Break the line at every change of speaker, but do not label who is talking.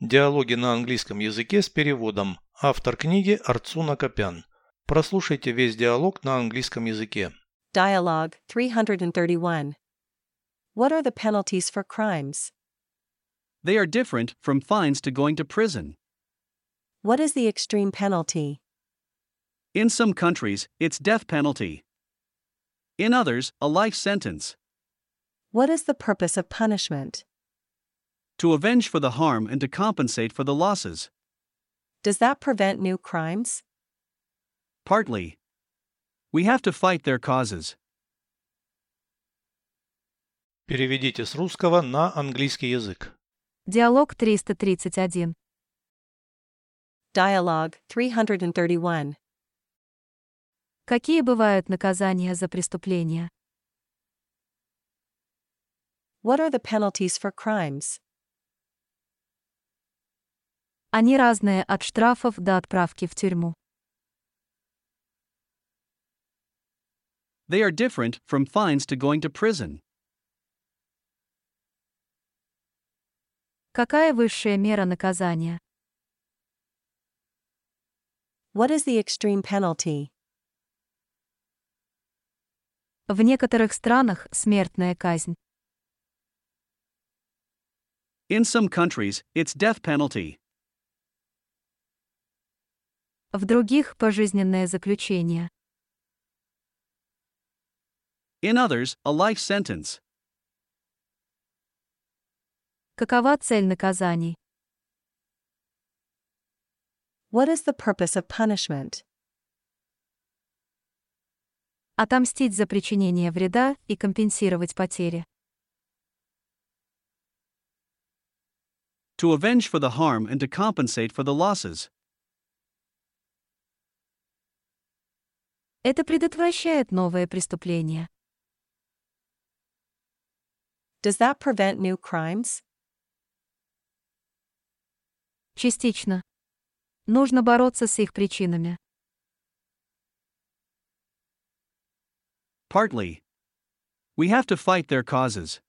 Диалоги на английском языке с переводом. Автор книги Арцуна Копян. Прослушайте весь диалог на английском языке.
Dialogue 331. What are the penalties for crimes?
They are different from fines to going to prison.
What is the extreme penalty?
In some countries, it's death penalty. In others, a life sentence.
What is the purpose of punishment?
To avenge for the harm and to compensate for the losses.
Does that prevent new crimes?
Partly. We have to fight their causes.
Переведите с русского на английский язык.
Диалог 331.
Dialogue 331.
Какие бывают наказания за преступления?
What are the penalties for crimes?
Они разные от штрафов до отправки в тюрьму.
They are different from fines to going to prison.
Какая высшая мера наказания?
What is the extreme penalty?
В некоторых странах смертная казнь.
In some countries, it's death penalty.
В других пожизненное заключение.
In others, a life sentence.
Какова цель наказаний?
What is the purpose of punishment?
Отомстить за причинение вреда и компенсировать потери.
To avenge for the harm and to compensate for the losses.
Это предотвращает новые преступления.
Does that prevent new crimes?
Частично. Нужно бороться с их причинами.
Partly. We have to fight their causes.